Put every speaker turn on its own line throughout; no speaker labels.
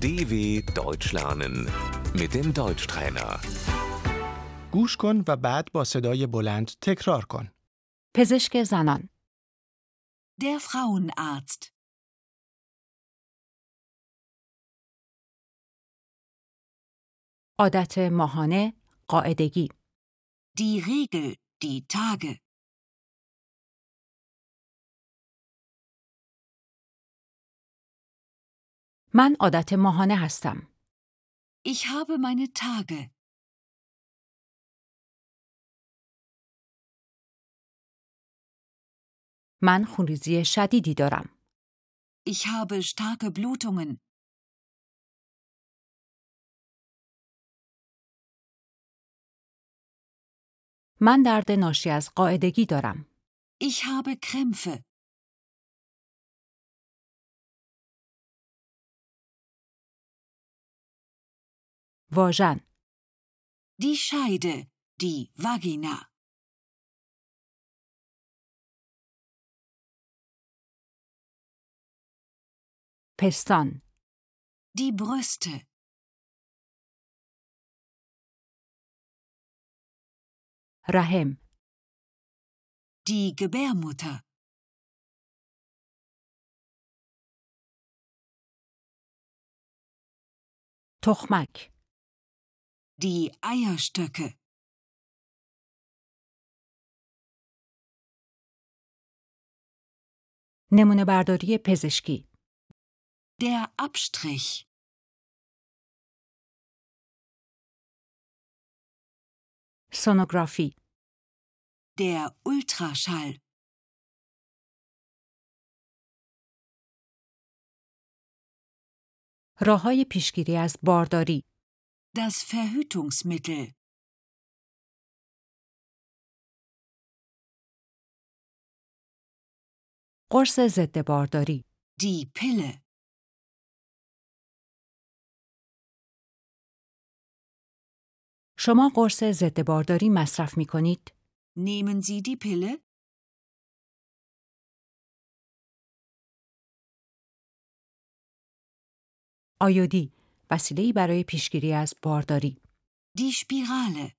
DW Deutsch lernen mit dem Deutschtrainer.
گوش کن و بعد با صدای بلند تکرار کن.
پزشک زنان
Der Frauenarzt.
عادت ماهانه قاعدگی
Die Regel. Die Tage.
من عادت ماهانه هستم
Ich habe meine Tage.
من خونریزی شدیدی دارم
Ich habe starke Blutungen.
من درد ناشی از قاعدگی دارم
Ich habe Krämpfe.
واژن
Die Scheide. Die Vagina.
پستان
Die Brüste.
رحم
Die Gebärmutter.
تخمک
Die Eierstöcke.
نمونه برداری پزشکی
Der Abstrich.
سونوگرافی
Der Ultraschall.
راه های پیشگیری از بارداری
Das Verhütungsmittel.
قرص ضد بارداری
Die Pille.
شما قرص ضد بارداری مصرف می کنید
Nehmen Sie die Pille?
آیودی وسیله‌ای برای پیشگیری از بارداری
Die Spirale.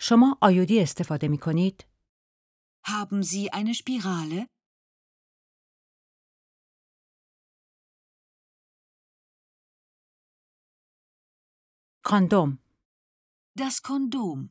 شما آیودی استفاده می کنید
Haben Sie eine Spirale?
کاندوم
Das Kondom.